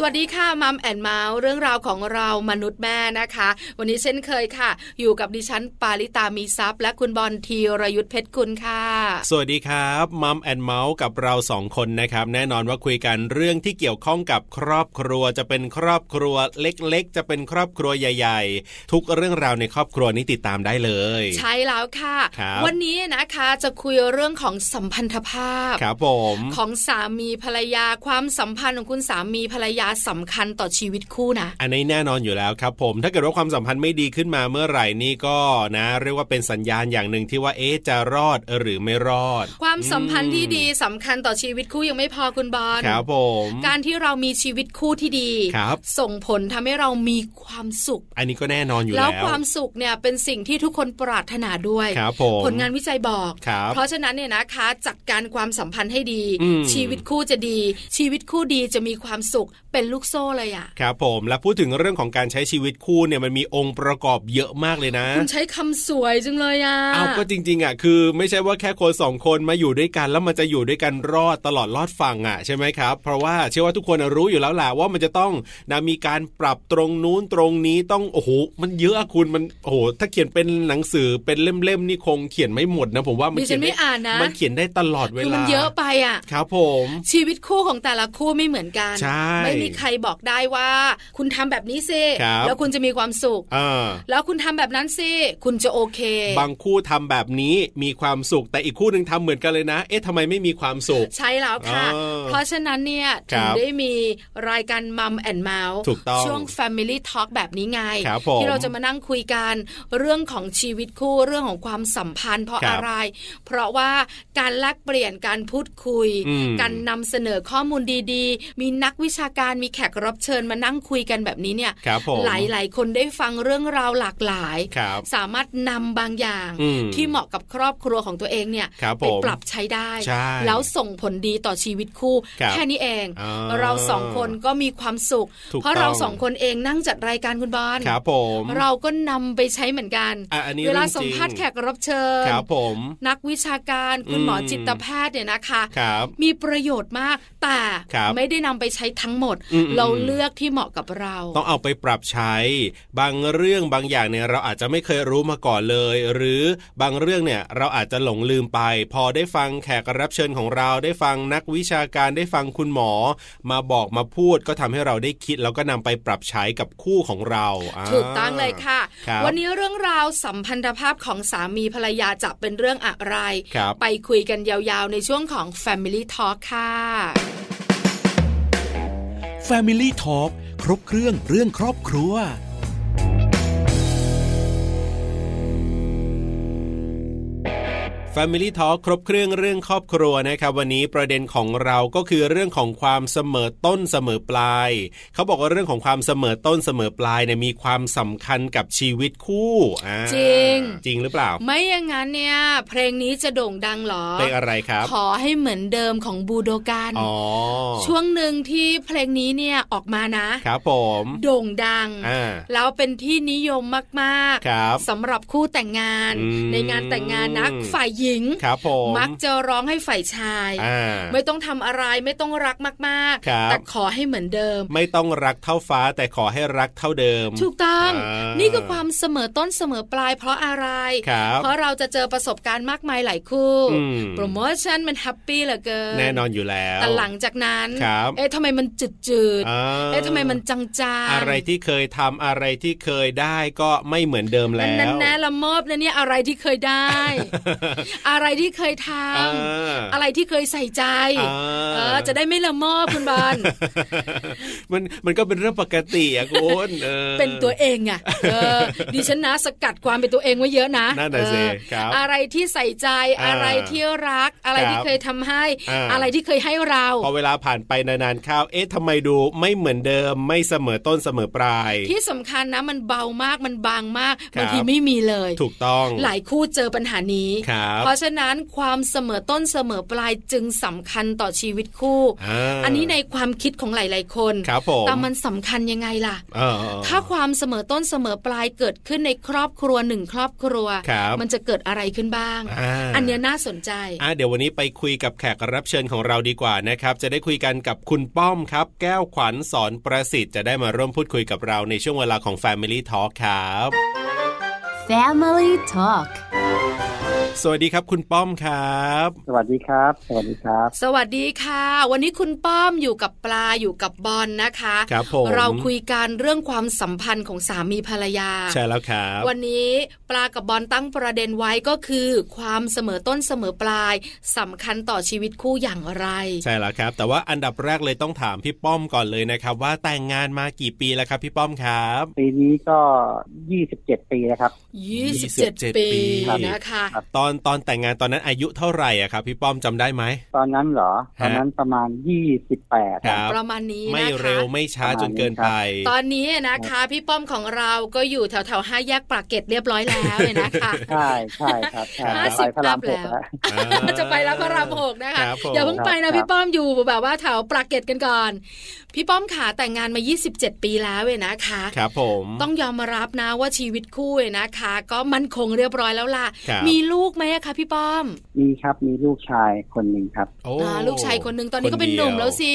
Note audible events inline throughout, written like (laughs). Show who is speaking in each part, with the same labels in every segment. Speaker 1: สวัสดีค่ะมัมแอนเมาส์เรื่องราวของเรามนุษย์แม่นะคะ วันนี้เช่นเคยค่ะ อยู่กับดิฉันปาริตามีซัพย์และคุณบอลธีรยุทธเพชรกุลค่ะ
Speaker 2: สวัสดีครับมัมแอนเมาส์กับเราสองคนนะครับ แน่นอนว่าคุยกันเรื่องที่เกี่ยวข้องกับครอบครัวจะเป็นครอบครัวเล็กๆ จะเป็นครอบครัวใหญ่ ๆ ทุกเรื่องราวในครอบครัวนี้ติดตามได้เลย
Speaker 1: ใช่แล้วค่ะ
Speaker 2: ครับ
Speaker 1: วันนี้นะคะจะคุยเรื่องของสัมพันธภาพ
Speaker 2: ครับผม
Speaker 1: ของสามีภรรยาความสัมพันธ์ของคุณสามีภรรยาสำคัญต่อชีวิตคู่นะ
Speaker 2: อันนี้แน่นอนอยู่แล้วครับผม ถ้าเกิดว่าความสัมพันธ์ไม่ดีขึ้นมาเมื่อไหร่นี่ก็นะ เรียกว่าเป็นสัญญาณอย่างหนึ่งที่ว่าเอ๊ะจะรอดหรือไม่รอด
Speaker 1: ความสัมพันธ์ที่
Speaker 2: อืม
Speaker 1: ดีสำคัญต่อชีวิตคู่ยังไม่พอคุณบอล
Speaker 2: ครับผม
Speaker 1: การที่เรามีชีวิตคู่ที่ดี
Speaker 2: ครับ
Speaker 1: ส่งผลทำให้เรามีความสุข
Speaker 2: อันนี้ก็แน่นอนอยู่
Speaker 1: แล้
Speaker 2: แล้วว
Speaker 1: ความสุขเนี่ยเป็นสิ่งที่ทุกคนปรารถนาด้วย
Speaker 2: ครับผม
Speaker 1: ผลงานวิจัยบอก
Speaker 2: ครับ
Speaker 1: เพราะฉะนั้นเนี่ยนะคะ จัดการความสัมพันธ์ให้ดี
Speaker 2: อืม
Speaker 1: ชีวิตคู่จะดี ชีวิตคู่ดีจะมีความสุขเป็นลูกโซ่เลยอะ่ะ
Speaker 2: ครับผมและพูดถึงเรื่องของการใช้ชีวิตคู่เนี่ยมันมีองค์ประกอบเยอะมากเลยนะ
Speaker 1: คุณใช้คำสวยจังเลยอะ่ะ
Speaker 2: เอาก็จริงๆอ่ะคือไม่ใช่ว่าแค่คนสองคนมาอยู่ด้วยกันแล้วมันจะอยู่ด้วยกันรอดตลอดรอดฝั่งอ่ะใช่ไหมครับ เพราะว่าเชื่อว่าทุกคนรู้อยู่แล้วแหละว่ามันจะต้องนะมีการปรับตรงนู้นตรงนี้ต้องโอ้โหมันเยอะอะคุณมันโอ้โหถ้าเขียนเป็นหนังสือเป็นเล่มๆนี่คงเขียนไม่หมดนะผมว่ามัน
Speaker 1: ดิ
Speaker 2: เขี
Speaker 1: ฉั
Speaker 2: ย
Speaker 1: น
Speaker 2: น
Speaker 1: ไม่
Speaker 2: ได้
Speaker 1: อ่านนะ
Speaker 2: มันเขียนได้ตลอดเว
Speaker 1: คือ
Speaker 2: ลา
Speaker 1: มันเยอะไปอ่ะ
Speaker 2: ครับผม
Speaker 1: ชีวิตคู่ของแต่ละคู่ไม่เหมือนกัน
Speaker 2: ใช่
Speaker 1: ไม่มีใครบอกได้ว่า คุณทำแบบนี้สิ
Speaker 2: ครับ
Speaker 1: แล้วคุณจะมีความสุข
Speaker 2: อ่า
Speaker 1: แล้วคุณทำแบบนั้นสิคุณจะโอเค
Speaker 2: บางคู่ทำแบบนี้มีความสุขแต่อีกคู่หนึ่งทำเหมือนกันเลยนะ เอ๊ะทำไมไม่มีความสุข
Speaker 1: ใช่แล้วค่ะ
Speaker 2: เออ
Speaker 1: เพราะฉะนั้นเนี่ยถึ
Speaker 2: ครั
Speaker 1: ง
Speaker 2: บ
Speaker 1: ได้มีรายการมัมแอนเมาส์
Speaker 2: ถูกต้อง
Speaker 1: ช่วง Family Talk แบบนี้ไง
Speaker 2: ครับผม
Speaker 1: ที่เราจะมานั่งคุยกันเรื่องของชีวิตคู่เรื่องของความสัมพันธ์ เพราะ
Speaker 2: ครับ
Speaker 1: อะไร เพราะว่าการแลกเปลี่ยนการพูดคุย
Speaker 2: อืม
Speaker 1: การนำเสนอข้อมูลดีๆ มีนักวิชาการมีแขกรับเชิญมานั่งคุยกันแบบนี้เนี่ย
Speaker 2: ครับผม
Speaker 1: หลายๆ คนได้ฟังเรื่องราวหลากหลาย
Speaker 2: ครับ
Speaker 1: สามารถนำบางอย่าง
Speaker 2: อืม
Speaker 1: ที่เหมาะกับครอบครัวของตัวเองเนี่ย
Speaker 2: ครับ
Speaker 1: ไป
Speaker 2: ผม
Speaker 1: ปรับใช้ได้
Speaker 2: ใช่
Speaker 1: แล้วส่งผลดีต่อชีวิตคู่
Speaker 2: ครับ
Speaker 1: แค่นี้เอง
Speaker 2: อ่า
Speaker 1: เราสองคนก็มีความสุข
Speaker 2: ถูก
Speaker 1: เพราะเรา
Speaker 2: ต้อ
Speaker 1: ส
Speaker 2: ง
Speaker 1: องคนเองนั่งจัดรายการคุณบอล
Speaker 2: ครับผม
Speaker 1: เราก็นำไปใช้เหมือนกัน
Speaker 2: อ่ะอันนี้
Speaker 1: เวลา
Speaker 2: รื่องจ
Speaker 1: สั
Speaker 2: ริ
Speaker 1: ม
Speaker 2: ง
Speaker 1: ภาษณ์แขกรับเชิญ
Speaker 2: ครับผม
Speaker 1: นักวิชาการคุณหมออ
Speaker 2: ม
Speaker 1: จิตแพทย์เนี่ยนะคะ
Speaker 2: ครับ
Speaker 1: มีประโยชน์มากแต่
Speaker 2: ครับ
Speaker 1: ไม่ได้นำไปใช้ทั้งหมด
Speaker 2: อืม
Speaker 1: เราเลือกที่เหมาะกับเรา
Speaker 2: ต้องเอาไปปรับใช้ บางเรื่องบางอย่างเนี่ยเราอาจจะไม่เคยรู้มาก่อนเลย หรือบางเรื่องเนี่ยเราอาจจะหลงลืมไป พอได้ฟังแขกรับเชิญของเราได้ฟังนักวิชาการได้ฟังคุณหมอ มาบอกมาพูดก็ทำให้เราได้คิด แล้วก็นำไปปรับใช้กับคู่ของเราา
Speaker 1: ถูกต้องเลยค่ะ
Speaker 2: ครับ
Speaker 1: วันนี้เรื่องราวสัมพันธภาพของสามีภรรยาจะเป็นเรื่องอะไร
Speaker 2: ครับ
Speaker 1: ไปคุยกันยาวๆ ในช่วงของ Family Talk ค่ะ
Speaker 3: Family Talk ครบเครื่องเรื่องครอบครัว
Speaker 2: Family Talk ครบเครื่องเรื่องครอบครัวนะครับวันนี้ประเด็นของเราก็คือเรื่องของความเสมอต้นเสมอปลาย เขาบอกว่าเรื่องของความเสมอต้นเสมอปลายเนี่ยมีความสำคัญกับชีวิตคู่อ่า
Speaker 1: จริง
Speaker 2: จริงหรือเปล่า
Speaker 1: ไม่อย่างนั้นเนี่ย เพลงนี้จะโด่งดังเหรอ
Speaker 2: เป็นอะไรครับ
Speaker 1: ขอให้เหมือนเดิมของบูโดกัน
Speaker 2: อ๋อ
Speaker 1: ช่วงหนึ่งที่เพลงนี้เนี่ยออกมานะ
Speaker 2: ครับผม
Speaker 1: โด่งดัง
Speaker 2: อ่า
Speaker 1: แล้วเป็นที่นิยมมาก
Speaker 2: ครับ
Speaker 1: สำหรับคู่แต่งงาน
Speaker 2: อืม
Speaker 1: ในงานแต่งงานนักฝ่ายหญิง
Speaker 2: ครับผม
Speaker 1: มักจะร้องให้ฝ่ายชาย
Speaker 2: อ่า
Speaker 1: ไม่ต้องทำอะไรไม่ต้องรักมาก
Speaker 2: ครับ
Speaker 1: ๆ แต่ขอให้เหมือนเดิม
Speaker 2: ไม่ต้องรักเท่าฟ้าแต่ขอให้รักเท่าเดิม
Speaker 1: ถูกต้อง
Speaker 2: อ่านี่
Speaker 1: นี่คือความเสมอต้นเสมอปลายเพราะอะไร
Speaker 2: ครับ
Speaker 1: เพราะเราจะเจอประสบการณ์มากมายหลายคู่
Speaker 2: อืม
Speaker 1: โปรโมชั่นมันแฮปปี้เหลือเกิน
Speaker 2: แน่นอนอยู่แล้ว
Speaker 1: แต่หลังจากนั้น
Speaker 2: ครับ
Speaker 1: เอ๊ะทำไมมันจืดจืดๆ
Speaker 2: อ่า
Speaker 1: เอ๊ะทำไมมันจางจาง
Speaker 2: อะไรที่เคยทำอะไรที่เคยได้ก็ไม่เหมือนเดิมแล้ว
Speaker 1: นั่นแน่ละเมอบนะเนี่ยอะไรที่เคยได้
Speaker 2: (laughs)
Speaker 1: อะไรที่เคยท
Speaker 2: อ่า
Speaker 1: ำอะไรที่เคยใส่ใจ
Speaker 2: อ่า
Speaker 1: เออจะได้ไม่ละเมอบคุณบอล
Speaker 2: มันมันก็เป็นเรื่องปกติอะคุณออ
Speaker 1: เป็นตัวเองอะเอ
Speaker 2: (laughs)
Speaker 1: อ ดิฉันนะสกัดความเป็นตัวเองไว้เยอะนะ
Speaker 2: นั่นน่ะสิ
Speaker 1: เออ
Speaker 2: ครับ
Speaker 1: อะไรที่ใส่ใจ
Speaker 2: อ่า
Speaker 1: อะไรที่รัก อะไรที่
Speaker 2: ครับ
Speaker 1: เคยทำให้
Speaker 2: อ่า
Speaker 1: อะไรที่เคยให้เรา
Speaker 2: พอเวลาผ่านไปนานๆเข้าเอ๊ะทำไมดูไม่เหมือนเดิมไม่เสมอต้นเสมอปลาย
Speaker 1: ที่สำคัญนะมันเบามากมันบางมาก
Speaker 2: ครับ
Speaker 1: บางทีไม่มีเลย
Speaker 2: ถูกต้อง
Speaker 1: หลายคู่เจอปัญหานี้
Speaker 2: ครับ
Speaker 1: เพราะฉะนั้นความเสมอต้นเสมอปลายจึงสำคัญต่อชีวิตคู่
Speaker 2: อ่า
Speaker 1: อันนี้ในความคิดของหลาย ๆ คน
Speaker 2: ครับผม
Speaker 1: แต่มันสำคัญยังไงล่ะ
Speaker 2: เออ
Speaker 1: ถ้าความเสมอต้นเสมอปลายเกิดขึ้นในครอบครัวหนึ่งครอบครัว
Speaker 2: ครับ
Speaker 1: มันจะเกิดอะไรขึ้นบ้าง
Speaker 2: อ่า
Speaker 1: อันเนี้ยน่าสนใจ
Speaker 2: อ่ะเดี๋ยววันนี้ไปคุยกับแขกรับเชิญของเราดีกว่านะครับ จะได้คุยกันกับคุณป้อมครับ แก้วขวัญสอนประสิทธิ์จะได้มาร่วมพูดคุยกับเราในช่วงเวลาของ Family Talk ครับ
Speaker 4: Family Talk
Speaker 2: สวัสดีครับคุณป้อมครับ
Speaker 5: สวัสดีครับ สวัสดีครับ
Speaker 1: สวัสดีค่ะ วันนี้คุณป้อมอยู่กับปลาอยู่กับบอลนะคะ
Speaker 2: ครับผม
Speaker 1: เราคุยกันเรื่องความสัมพันธ์ของสามีภรรยา
Speaker 2: ใช่แล้วครับ
Speaker 1: วันนี้ปลากับบอลตั้งประเด็นไว้ก็คือ ความเสมอต้นเสมอปลายสำคัญต่อชีวิตคู่อย่างไร
Speaker 2: ใช่แล้วครับ แต่ว่าอันดับแรกเลยต้องถามพี่ป้อมก่อนเลยนะครับ ว่าแต่งงานมากี่ปีแล้วครับพี่ป้อมครับ
Speaker 5: ปีนี้ก็ 27 ปีแล้วครับ
Speaker 1: 27
Speaker 2: 27
Speaker 1: ปี
Speaker 2: ครับ
Speaker 1: นะคะ
Speaker 5: ครับ
Speaker 2: ตอนตอนแต่งงานตอนนั้นอายุเท่าไหร่อะครับ พี่ป้อมจำได้ไหม
Speaker 5: ตอนนั้นเหรอ
Speaker 2: ฮะ
Speaker 5: ตอนนั้นประมาณ 28
Speaker 2: ครับ
Speaker 1: ประมาณนี้นะคะ
Speaker 2: ไม่เร็วไม่ช้าจนเกินไป
Speaker 1: ตอนนี้นะคะ พี่ป้อมของเราก็อยู่แถวแถวๆห้าแยกปากเกร็ดเรียบร้อยแล้วเนี่ยนะคะ
Speaker 5: ใช่ใช่ครับใช่
Speaker 1: ห้าสิบ
Speaker 5: ไปพระราม
Speaker 1: อัพ
Speaker 5: ห
Speaker 1: แล้ว
Speaker 5: กแล้ว
Speaker 2: อ่า
Speaker 1: จะไปแล้วพระรามหกนะคะ
Speaker 2: ครับผม
Speaker 1: อย่าเพิ่งไป
Speaker 5: ครั
Speaker 1: นะ
Speaker 5: บ
Speaker 1: พี่ป้อมอยู่แบบว่าแถวปากเกร็ดกันก่อน พี่ป้อมขาแต่งงานมา 27 ปีแล้วเว้ยนะคะ
Speaker 2: ครับผม
Speaker 1: ต้องยอมรับนะว่าชีวิตคู่เว้ยนะคะ ก็มั่นคงเรียบร้อยแล้วล่ะ
Speaker 2: ครับ
Speaker 1: มีลูกไหมอะคะพี่ป้อม
Speaker 5: มีครับ มีลูกชายคนหนึ่งครับ
Speaker 2: โอ้
Speaker 1: อ่าลูกชายคนหนึ่งตอนนี้ก็เป็นหนุ่ม
Speaker 2: คดีย
Speaker 1: แล้วสิ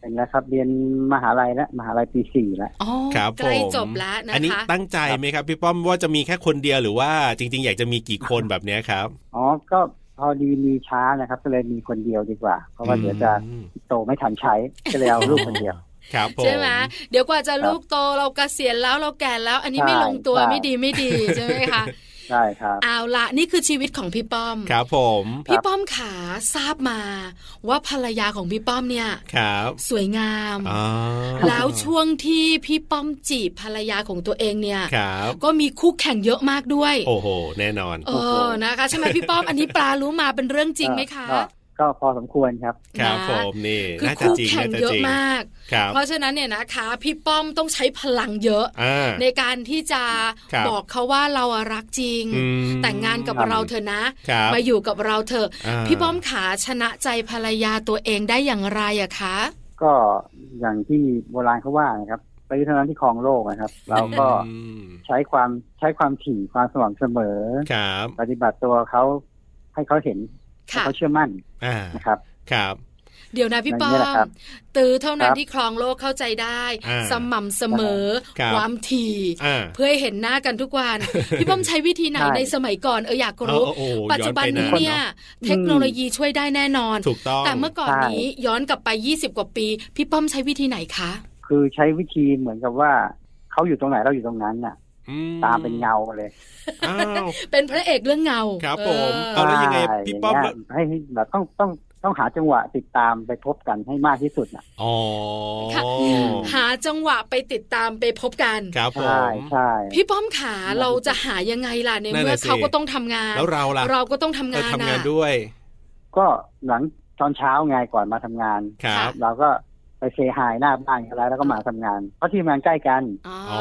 Speaker 5: เป็นแล้วครับ เรียนมหาลัยแล้ว มหาลัยปีสี่แล้ว
Speaker 1: อ๋อ
Speaker 2: ครับ
Speaker 1: ใกล้
Speaker 2: ผม
Speaker 1: จบแล้วนะคะ
Speaker 2: อันนี้ตั้งใจไหมครับพี่ป้อมว่าจะมีแค่คนเดียวหรือว่าจริง ๆ อยากจะมีกี่คนแบบเนี้ยครับ
Speaker 5: อ๋อ ก็พอดีมีช้านะครับ ก็เลยมีคนเดียวดีกว่า เพราะว่าเดี๋ยวจะ
Speaker 2: อืม
Speaker 5: โตไม่ทันใช้ ก็เลยเอาลูกคนเดียว
Speaker 2: ครับผม
Speaker 1: ใช่ไหมเดี๋ยวกว่าจะลูกโตเราเกษียณแล้วเราแก่แล้ว อันนี้
Speaker 5: ใช่
Speaker 1: ไม่ลงตัว
Speaker 5: ใช่
Speaker 1: ไม่ดีไม่ดีใช่ไหมคะ
Speaker 5: ใช่ครับ
Speaker 1: เอาละนี่คือชีวิตของพี่ป้อม
Speaker 2: (laughs) ครับผม
Speaker 1: พี่ป้อมขาทราบมา ว่าภรรยาของพี่ป้อมเนี่ย
Speaker 2: ครับ
Speaker 1: สวยงาม
Speaker 2: อ่า
Speaker 1: แล้วช่วงที่พี่ป้อมจีบภรรยาของตัวเองเนี่ย
Speaker 2: ครับ
Speaker 1: ก็มีคู่แข่งเยอะมากด้วย
Speaker 2: โอ้โห แน่นอน
Speaker 1: เออนะคะใช่ไหมพี่ป้อมอันนี้ปลารู้มาเป็นเรื่องจริงไหมคะ
Speaker 5: ก็ก็พอสมควรครับ
Speaker 2: ครับ
Speaker 1: นะ
Speaker 2: ผมนี่
Speaker 1: คือ
Speaker 2: น่าจะ
Speaker 1: คู่
Speaker 2: จริง
Speaker 1: แข่ง
Speaker 2: น่าจะ
Speaker 1: เยอะ
Speaker 2: จริง
Speaker 1: มาก
Speaker 2: ครับ
Speaker 1: เพราะฉะนั้นเนี่ยนะคะพี่ป้อมต้องใช้พลังเยอะ
Speaker 2: อ่า
Speaker 1: ในการที่จะ
Speaker 2: ครับ
Speaker 1: บอกเขาว่าเราอะรักจริง
Speaker 2: อืม
Speaker 1: แต่งงานกับเราเถอะนะ
Speaker 2: ครับ
Speaker 1: มาอยู่กับเราเถอะ
Speaker 2: อ่า
Speaker 1: พี่ป้อมขาชนะใจภรรยาตัวเองได้อย่างไรอะคะ
Speaker 5: ก็อย่างที่โบราณเขาว่านะครับไปยุทธนั้นที่ครองโลกนะครับ เราก็
Speaker 2: อืม
Speaker 5: ใช้ความใช้ความถี่ความสม่ำเสมอ
Speaker 2: ครับ
Speaker 5: ปฏิบัติตัวเขาให้เขาเห็นให้
Speaker 1: ค่ะ
Speaker 5: เขาเชื่อมั่น
Speaker 2: อ่า
Speaker 5: นะครับ
Speaker 2: ครับ
Speaker 1: เดี๋ยวนะพี่ป้อ
Speaker 5: อ
Speaker 1: ม
Speaker 5: ย่างนี้แหละครับ
Speaker 1: ตือเท่านั้
Speaker 5: คน รับ
Speaker 1: ที่ครองโลกเข้าใจได้
Speaker 2: อ่า
Speaker 1: สม่ำเสมอ
Speaker 2: ครับ
Speaker 1: ความถี่
Speaker 2: อ่า
Speaker 1: เพื่อให้เห็นหน้ากันทุกวัน พี่ป้อมใช้วิธีไหน
Speaker 5: ใช่
Speaker 1: ในสมัยก่อนเอออยากรู้
Speaker 2: เออเออโอ้โห
Speaker 1: ปัจจุบันนี้
Speaker 2: ย้อนไปนาน
Speaker 1: เนี่ย เทคโนโลยีช่วยได้แน่นอน
Speaker 2: ถูกต้อง
Speaker 1: แต่เมื่อก่อนนี้ย้อนกลับไป 20 กว่าปี พี่ป้อมใช้วิธีไหนคะ
Speaker 5: คือใช้วิธีเหมือนกับว่าเขาอยู่ตรงไหนเราอยู่ตรงนั้นน่ะ
Speaker 2: อื
Speaker 5: ตามเป็นเงาเลย
Speaker 2: อ้าว
Speaker 1: เป็นพระเอกเรื่องเงา
Speaker 2: ครับ
Speaker 1: เอ
Speaker 2: ผ
Speaker 1: อ
Speaker 2: มเอาแล้วยังไง
Speaker 5: ใช่
Speaker 2: พี่ป้อม
Speaker 5: ย่าง
Speaker 2: แล้วย
Speaker 5: เงี้ให้ให้แบบต้องต้องต้องหาจังหวะติดตามไปพบกันให้มากที่สุดน่ะ
Speaker 2: อ๋อ
Speaker 1: ค่ะหาจังหวะไปติดตามไปพบกัน
Speaker 2: ครับผ
Speaker 5: ใช่
Speaker 2: ม
Speaker 5: ใช่
Speaker 1: พี่ป้อมขาเราจะหายังไงล่ะใน
Speaker 2: นั่น
Speaker 1: เมื่อ
Speaker 2: น่ะสิ
Speaker 1: เขาก็ต้องทำงาน
Speaker 2: แล้วเราล่ะ
Speaker 1: เราก็ต้อง
Speaker 2: เออง
Speaker 1: ทำาน
Speaker 2: ทำงาน
Speaker 1: นะ
Speaker 2: ด้วย
Speaker 5: ก็หลังตอนเช้าไงก่อนมาทำงาน
Speaker 2: ครับ
Speaker 5: เราก็ไปเซฮายหน้าบ้านกันแล้วแล้วก็มาทำงาน เพราะทีมงานใกล้กัน
Speaker 1: อ๋อ
Speaker 2: โอ้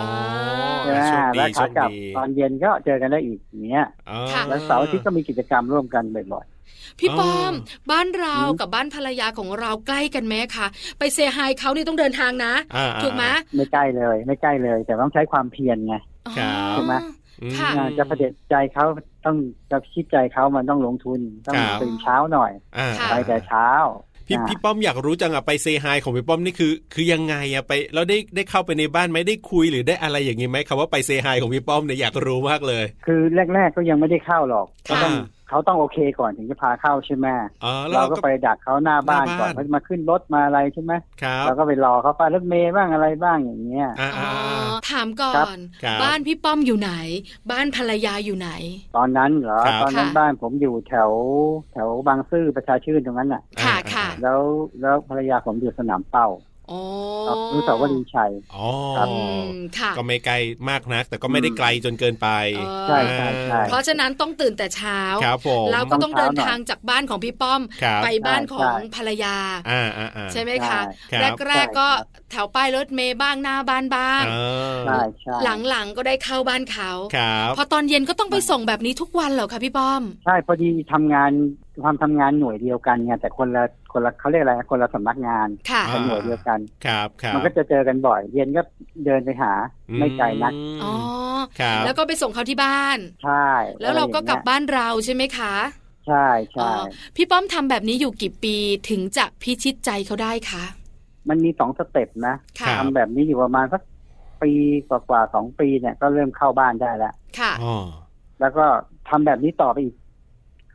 Speaker 5: ใช่
Speaker 2: โชคดี
Speaker 5: ไหมแล้ว
Speaker 2: โช
Speaker 5: ขา
Speaker 2: ค
Speaker 5: กลับ
Speaker 2: ดี
Speaker 5: ตอนเย็นก็เจอกันได้อีกอย่างเนี้ย
Speaker 2: อ๋อ
Speaker 1: ค่ะ
Speaker 5: แล้วเสาร์อาทิตย์ก็มีกิจกรรมร่วมกันบ่อย
Speaker 1: พี่
Speaker 2: อ๋อ
Speaker 1: ป้อม บ้านเรา
Speaker 5: อืม
Speaker 1: กับบ้านภรรยาของเราใกล้กันไหมคะไปเซฮายเขานี่ต้องเดินทางนะ
Speaker 2: อ่า
Speaker 1: ถูกไหม
Speaker 5: ๆ ไม่ใกล้เลย ไม่ใกล้เลย แต่ต้องใช้ความเพียรไง
Speaker 2: ครับ
Speaker 5: ถูกไหม
Speaker 1: อ๋อ
Speaker 2: อืม
Speaker 1: ค่ะ
Speaker 5: งานจะประเด็จใจเขาต้องจะคิดใจเขามันต้องลงทุนต้อง
Speaker 2: ครับ
Speaker 5: ตื่นเช้าหน่อย
Speaker 2: อ่า
Speaker 1: ค่ะ
Speaker 5: ไปแต่เช้า
Speaker 2: พี่
Speaker 5: อ่า
Speaker 2: พี่ป้อมอยากรู้จังอะไปเซฮายของพี่ป้อมนี่คือ คือยังไงอะไปแล้วได้ได้เข้าไปในบ้านไหมได้คุยหรือได้อะไรอย่างนี้ไหมคำว่าไปเซฮายของพี่ป้อมเนี่ยอยากรู้มากเลย
Speaker 5: คือแรก ๆ ก็ยังไม่ได้เข้าหรอก
Speaker 1: ค่ะ
Speaker 5: ก็ต้องเขาต้องโอเคก่อนถึงจะพาเข้าใช่ไหม
Speaker 2: อ๋อแล้ว
Speaker 5: เรา
Speaker 2: เรา
Speaker 5: ก็
Speaker 2: ก็
Speaker 5: ไปดักเขาหน้าบ้าน
Speaker 2: หน้าบ้าน
Speaker 5: ก่อนเขาจะมาขึ้นรถมาอะไรใช่ไหม
Speaker 2: ครับ
Speaker 5: เราก็ไปรอเขาไปรถเมย์บ้างอะไรบ้างอย่างเงี้ย
Speaker 2: อ่า
Speaker 1: อ๋อ
Speaker 2: อ่าอ่า
Speaker 1: ถามก่อ
Speaker 5: ครับ
Speaker 1: น
Speaker 2: ครับ
Speaker 1: บ้านพี่ป้อมอยู่ไหน บ้านภรรยาอยู่ไหน
Speaker 5: ตอนนั้นเหรอ
Speaker 2: ครับ
Speaker 5: ตอนนั้น
Speaker 1: ค่ะ
Speaker 5: บ้านผมอยู่แถวแถวบางซื่อประชาชื่นตรงนั้นน่ะ
Speaker 1: ค่ะ
Speaker 2: อ่า
Speaker 1: ค่ะ
Speaker 5: แล้วแล้วภรรยาผมอยู่สนามเป้า
Speaker 1: อ๋อ
Speaker 5: อนุสาวรีย์ชัย
Speaker 2: อ๋อ
Speaker 5: ครับ
Speaker 1: อืมค่ะ
Speaker 2: ก็ไม่ไกลมากนัก แต่ก็ไม่ได้ไกลจนเกินไป
Speaker 1: เออ
Speaker 5: ใช่ใช่ใช่
Speaker 1: เพราะฉะนั้นต้องตื่นแต่เช้า
Speaker 2: ครับผม
Speaker 1: เราก็ต้อง
Speaker 5: ต้
Speaker 1: เดิ
Speaker 5: อง
Speaker 1: น
Speaker 5: เช้าหน่อย
Speaker 1: ทางจากบ้านของพี่ป้อม
Speaker 2: ครับ
Speaker 1: ไปบ้านของ
Speaker 5: ใช่
Speaker 1: ภรรยา
Speaker 2: อ่าอ่าอ่า
Speaker 1: ใช่ไหม
Speaker 5: ใช่
Speaker 1: คะ
Speaker 2: ครับ
Speaker 1: แรก ๆ ก็แถวป้ายรถเมย์บ้างหน้าบ้านบ้าง
Speaker 2: อ่า
Speaker 5: ใช่ใช่
Speaker 1: หลัง ๆ ก็ได้เข้าบ้านเขา
Speaker 2: ครับ
Speaker 1: พอตอนเย็นก็ต้องไปส่งแบบนี้ทุกวันเหรอคะพี่ป้อม
Speaker 5: ใช่พอดีทำงานความทำงานหน่วยเดียวกันไงแต่คนละคนละเขาเรียกอะไรนะคนละสำนักงาน
Speaker 1: ค่ะ
Speaker 5: แต่หน่วยเดียวกัน
Speaker 2: ครับครับ
Speaker 5: มันก็จะเจอกันบ่อย เย็นก็เดินไปหาไม่ไกลนัก
Speaker 1: อ๋อ
Speaker 2: ครับ
Speaker 1: แล้วก็ไปส่งเขาที่บ้าน
Speaker 5: ใช่
Speaker 1: แล้วเราก็กลับ
Speaker 5: อะไรอย่งงี้ย
Speaker 1: บ้านเราใช่ไหมคะ
Speaker 5: ใช่
Speaker 1: อ๋
Speaker 5: ใช่
Speaker 1: อพี่ป้อมทำแบบนี้อยู่กี่ปีถึงจะพิชิตใจเขาได้คะ
Speaker 5: มันมีสองสเต็ปนะ
Speaker 2: ครั
Speaker 1: ค่ะ
Speaker 2: บ
Speaker 5: ทำแบบนี้อยู่ประมาณสักปีกว่าๆสองปีเนี่ยก็เริ่มเข้าบ้านได้แล้ว
Speaker 1: ค่ะ
Speaker 2: อ๋อ
Speaker 5: แล้วก็ทำแบบนี้ต่อไปอีก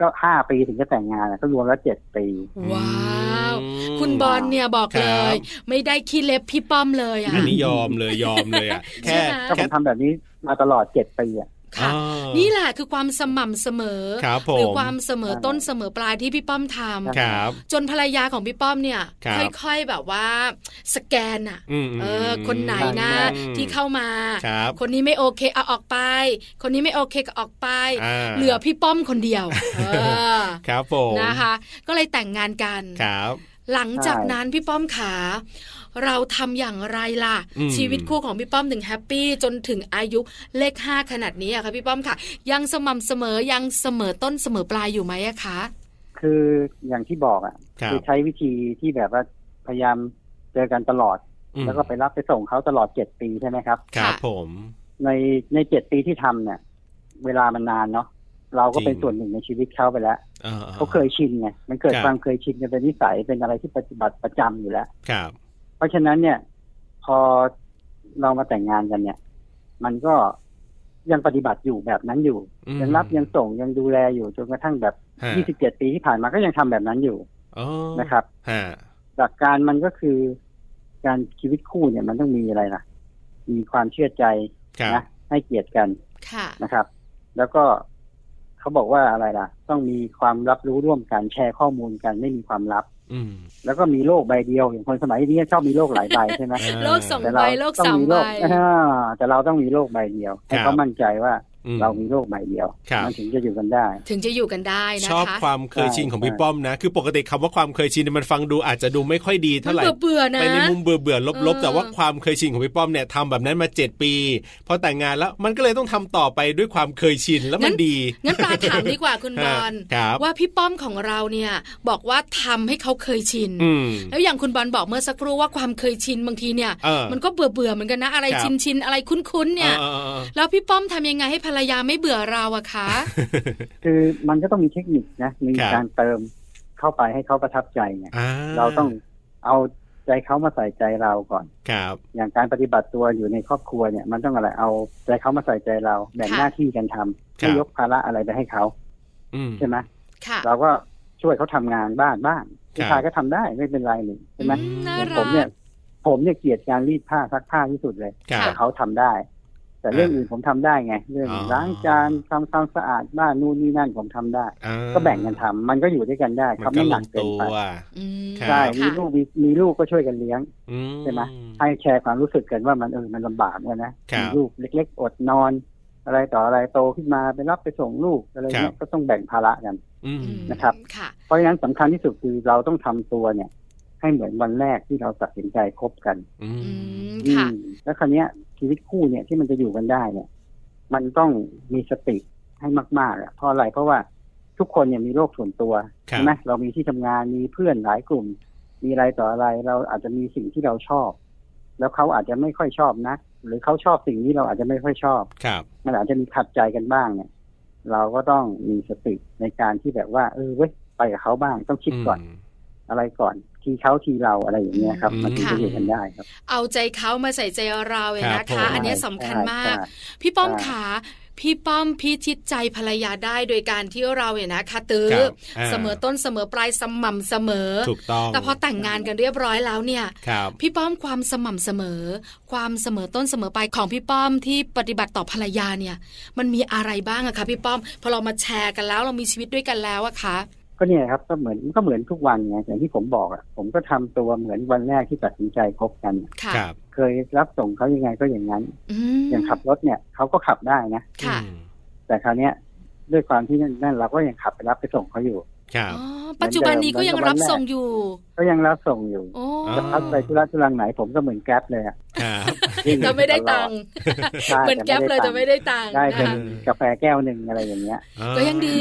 Speaker 5: ก็ห้าปีถึงจะแต่งงานนะก็รวมแล้วเจ็ดปี
Speaker 1: ว้าว
Speaker 2: อืม
Speaker 1: คุณบอลเนี่ยบอก
Speaker 2: ครับ
Speaker 1: เลย ไม่ได้ขี้เล็บพี่ป้อมเลยอ่ะ
Speaker 2: อันนี้ยอมเลยยอมเลยอ่ะแค่
Speaker 1: ใช่ไหม
Speaker 5: ก็ผ
Speaker 2: แค่
Speaker 5: มทำแบบนี้มาตลอดเจ็ดปีอ่ะ
Speaker 1: ค่ะ
Speaker 2: อ่า
Speaker 1: นี่แหละคือความสม่ำเสมอ
Speaker 2: ครับผ
Speaker 1: หรือ
Speaker 2: ม
Speaker 1: ความเสมอต้นเสมอปลายที่พี่ป้อมทำ
Speaker 2: ครับ
Speaker 1: จนภรรยาของพี่ป้อมเนี่ย
Speaker 2: ครับ
Speaker 1: ค่อยๆแบบว่า สแกนอ่ะ
Speaker 2: อืมม
Speaker 1: เออ คนไหนนะ
Speaker 2: อืม
Speaker 1: ที่เข้ามา
Speaker 2: ครับ
Speaker 1: คนนี้ไม่โอเคเอาออกไป คนนี้ไม่โอเคก็ออกไป
Speaker 2: อ่า
Speaker 1: เหลือพี่ป้อมคนเดี
Speaker 2: (laughs)
Speaker 1: ยวเออ
Speaker 2: ครับผม
Speaker 1: นะคะ ก็เลยแต่งงานกัน
Speaker 2: ครับ
Speaker 1: หลังจากนั้นพี่ป้อมขา เราทำอย่างไรล่ะ
Speaker 2: อืม
Speaker 1: ชีวิตคู่ของพี่ป้อมถึงแฮปปี้จนถึงอายุเลขห้าขนาดนี้อะคะพี่ป้อมค่ะ ยังสม่ำเสมอยังเสมอต้นเสมอปลายอยู่ไหมอะคะ
Speaker 5: คืออย่างที่บอกอ่ะ
Speaker 2: ครับ
Speaker 5: อใช้วิธีที่แบบว่าพยายามเจอกันตลอด
Speaker 2: อืม
Speaker 5: แล้วก็ไปรับไปส่งเขาตลอดเจ็ดปีใช่ไหมครับ
Speaker 2: ครับ
Speaker 1: ค่ะ
Speaker 2: ผม
Speaker 5: ในในเจ็ดปีที่ทำเนี่ย เวลามันนานเนาะเราก็เป็น
Speaker 2: จริง
Speaker 5: ส่วนหนึ่งในชีวิตเขาไปแล้ว
Speaker 2: อ่ๆ
Speaker 5: เขาเคยชินไงมันเกิด
Speaker 2: ครับ
Speaker 5: ความเคยชินกันเป็นนิสัยเป็นอะไรที่ปฏิบัติประจำอยู่แล้ว
Speaker 2: ครับ
Speaker 5: เพราะฉะนั้นเนี่ย พอเรามาแต่งงานกันเนี่ย มันก็ยังปฏิบัติอยู่แบบนั้นอยู่
Speaker 2: อืม
Speaker 5: ยังรับยังส่งยังดูแลอยู่จนกระทั่งแบบ
Speaker 2: ฮะ
Speaker 5: 27 ปีที่ผ่านมาก็ยังทำแบบนั้นอยู่
Speaker 2: อ๋อ
Speaker 5: นะครับ
Speaker 2: ฮะ
Speaker 5: หลักการมันก็คือ การชีวิตคู่เนี่ยมันต้องมีอะไรนะมีความเชื่อใจ
Speaker 2: ครับ
Speaker 5: นะให้เกียรติกัน
Speaker 1: ค่ะ
Speaker 5: นะครับ แล้วก็เขาบอกว่าอะไรล่ะ ต้องมีความรับรู้ร่วมกันแชร์ข้อมูลกันไม่มีความลับ
Speaker 2: อืม
Speaker 5: แล้วก็มีโลกใบเดียวอย่างคนสมัยนี้ชอบมีโลกหลายใบใช่ไหม
Speaker 2: อ่า
Speaker 1: โลกสอง
Speaker 5: แต่เรา
Speaker 1: ใบโลก
Speaker 5: ต้อง
Speaker 1: สาม
Speaker 5: มีโลก
Speaker 1: ใบ
Speaker 5: อ่าแต่เราต้องมีโลกใบเดียว ให้
Speaker 2: ครับ
Speaker 5: เขามั่นใจว่า
Speaker 2: อืม
Speaker 5: เรามีโลกใบเดียว
Speaker 2: ครับ
Speaker 5: มัถึงจะอยู่กันได้
Speaker 1: ถึงจะอยู่กันได้นะ
Speaker 2: ชอบ
Speaker 1: คะ
Speaker 2: ความเคยชินของพี่
Speaker 5: ใช่
Speaker 2: ป้อมนะ คือปกติคำว่าความเคยชินเนี่ยมันฟังดูอาจจะดูไม่ค่อยดี
Speaker 1: มั
Speaker 2: เท่าไหร่
Speaker 1: เบื่อเบื่อๆนะ
Speaker 2: ไปในมุมเบื่อเบื่อลบลบ
Speaker 1: เออ
Speaker 2: แต่ว่าความเคยชินของพี่ป้อมเนี่ยทำแบบนั้นมาเจ็ดปี พอแต่งงานแล้วมันก็เลยต้องทำต่อไปด้วยความเคยชินแล้วมันดี
Speaker 1: งั้นปลาถามดีกว่าคุณบอล
Speaker 2: ครับ
Speaker 1: ว่าพี่ป้อมของเราเนี่ย บอกว่าทำให้เขาเคยชิน
Speaker 2: อืม
Speaker 1: แล้วอย่างคุณบอลบอกเมื่อสักครู่ว่าความเคยชินบางทีเนี่ย
Speaker 2: เออ
Speaker 1: มันก็เบื่อเบื่อๆเหมือนกันนะ อะไร
Speaker 2: ครับ
Speaker 1: ชินชินๆอะไรคุ้นๆเนี่ย
Speaker 2: ออออเออ
Speaker 1: แล้วพี่ป้อมทำยังไงให้ภรรยาไม่เบื่อเราอะคะ
Speaker 5: คือมันก็ต้องมีเทคนิคนะมี
Speaker 2: ครับ
Speaker 5: การเติมเข้าไปให้เขาประทับใจเนี่ย
Speaker 2: อ่
Speaker 5: เราต้องเอาใจเขามาใส่ใจเราก่อน
Speaker 2: ครับ
Speaker 5: อย่างการปฏิบัติตัวอยู่ในครอบครัวเนี่ย มันต้องอะไรเอาใจเขามาใส่ใจเราแบ่ง
Speaker 1: ค่ะ
Speaker 5: หน้าที่กันทำไม่ยกภาระอะไรไปให้เขา
Speaker 2: อืม
Speaker 5: ใช่ไหม
Speaker 1: ค่ะ
Speaker 5: เราก็ช่วยเขาทำงานบ้านบ้าง
Speaker 2: ครับ
Speaker 5: ผู้ชายก็ทำได้ไม่เป็นไรนี่ใช่ไหม
Speaker 1: อืมน่า
Speaker 5: อย่าง
Speaker 1: รั
Speaker 5: ผ
Speaker 1: ก
Speaker 5: มเนี่ย ผมเนี่ยเกลียดการรีดผ้าซักผ้าที่สุดเลย
Speaker 2: ครั
Speaker 1: ค่ะ
Speaker 2: บ
Speaker 5: แต่เขาทำได้ แต่เรื่อง
Speaker 2: อ่า
Speaker 5: อื่นผมทำได้ไง เรื่อง
Speaker 2: อ๋อ
Speaker 5: ล้างจานทำความสะอาดบ้านนู่นนี่นั่นผมทำได้
Speaker 2: อ่า
Speaker 5: ก็แบ่งกันทำมันก็อยู่ด้วยกันได้
Speaker 2: มั
Speaker 5: เขา
Speaker 2: นก็
Speaker 5: ไม่ห
Speaker 2: ล
Speaker 5: นัก
Speaker 2: ง
Speaker 5: เกิน
Speaker 2: ตัว
Speaker 5: ไป
Speaker 1: อืม
Speaker 2: ครับ
Speaker 5: ใช่มี
Speaker 1: ค่ะ
Speaker 5: ลูกมีมีลูกก็ช่วยกันเลี้ยง
Speaker 2: อืม
Speaker 5: ใช่ไหม ให้แชร์ความรู้สึกกันว่ามันเออมันลำบากเลยนะครับ มีลูกเล็ก ๆ อดนอน อะไรต่ออะไรโตขึ้นมาไปรับไปส่งลูกอะไร
Speaker 2: ครั
Speaker 5: เงี้
Speaker 2: บ
Speaker 5: ยก็ต้องแบ่งภาระกัน
Speaker 2: อืม
Speaker 1: อืม
Speaker 5: นะครับ
Speaker 1: ค่ะ
Speaker 5: เพราะฉะนั้นสำคัญที่สุดคือเราต้องทำตัวเนี่ย ให้เหมือนวันแรกที่เราตัดสินใจคบกัน
Speaker 2: อื
Speaker 1: อืม
Speaker 2: ม
Speaker 1: ค่ะ
Speaker 5: อืมแล้วคราวเนี้ยชีวิตคู่เนี่ยที่มันจะอยู่กันได้เนี่ย มันต้องมีสติให้มากๆอะเพราะอะไรเพราะว่าทุกคนเนี่ยมีโลกส่วนตัว
Speaker 2: ครั
Speaker 5: ใช่
Speaker 2: บ
Speaker 5: ไหมเรามีที่ทำงานมีเพื่อนหลายกลุ่ม มีอะไรต่ออะไรเราอาจจะมีสิ่งที่เราชอบ แล้วเขาอาจจะไม่ค่อยชอบนะหรือเขาชอบสิ่งนี้เราอาจจะไม่ค่อยชอบ
Speaker 2: ครับ
Speaker 5: มันอาจจะมีขัดใจกันบ้างเนี่ย เราก็ต้องมีสติในการที่แบบว่า เออเว้ยไปกับเขาบ้างต้องคิดก่อนอะไรก่อน ทีเขาทีเราอะไรอย่างเงี้ยครับ มันถึงจะอยู่กันได้ครับ
Speaker 1: เอาใจเขามาใส่ใจเราเอง
Speaker 2: ครั
Speaker 1: นะ
Speaker 2: บผม
Speaker 1: คะ อันเนี้ยสำคัญมาก พี่ป้อมขาพี่ป้อมพี่ชิดใจภรรยาได้โดยการที่เราเนี่ยนะคะตื้อ
Speaker 2: ครับอ่า
Speaker 1: เสมอต้นเสมอปลายสม่ำเสมอ
Speaker 2: ถูกต้อง
Speaker 1: แต่พอแต่งงานกันเรียบร้อยแล้วเนี่ย
Speaker 2: ครับ
Speaker 1: พี่ป้อมความสม่ำเสมอ ความเสมอต้นเสมอไปลายของพี่ป้อมที่ปฏิบัติต่อภรรยาเนี่ย มันมีอะไรบ้างอะคะพี่ป้อมพอเรามาแชร์กันแล้วเรามีชีวิตด้วยกันแล้วอะคะ
Speaker 5: ก็เนี่ยครับก็เหมือนก็เหมือนทุกวันไงอย่างที่ผมบอกอะผมก็ทำตัวเหมือนวันแรกที่ตัดสินใจคบกัน
Speaker 1: ค่ะ
Speaker 2: ครับ
Speaker 5: เคยรับส่งเขายังไงก็อย่างนั้น
Speaker 1: อืม
Speaker 5: อย่างขับรถเนี่ยเขาก็ขับได้นะ
Speaker 1: ค่ะ
Speaker 2: อืม
Speaker 5: แต่คราวเนี้ยด้วยความที่นั่นนั่นเราก็ยังขับไปรับไปส่งเขาอยู่
Speaker 2: ครับ
Speaker 1: อ๋อปัจจุบันนี้ก็ยังรับส่งอยู่
Speaker 5: ก็ยังรับส่งอยู่
Speaker 1: โอ้
Speaker 2: า
Speaker 5: จะพักไปธุระทุรังไหนผมก็เหมือนแก๊ปเลยอะ
Speaker 2: ครับ
Speaker 5: วิ่ง
Speaker 1: แต่ไม่ได้
Speaker 5: ตล
Speaker 1: ตั
Speaker 5: อง ด
Speaker 1: ค์
Speaker 5: ใช่
Speaker 1: เหมือนแก๊ปเลย
Speaker 5: แต่
Speaker 1: แต่
Speaker 5: ไม่
Speaker 1: ไม่
Speaker 5: ได้
Speaker 1: ได้ตั
Speaker 5: ตั
Speaker 1: ง
Speaker 5: งค์
Speaker 1: ค์
Speaker 5: ได้
Speaker 1: นะ
Speaker 5: เป็น
Speaker 1: คะ
Speaker 2: เออ
Speaker 5: กาแฟแก้วหนึ่งอะไรอย่างเงี้ย
Speaker 1: ก็ยังดี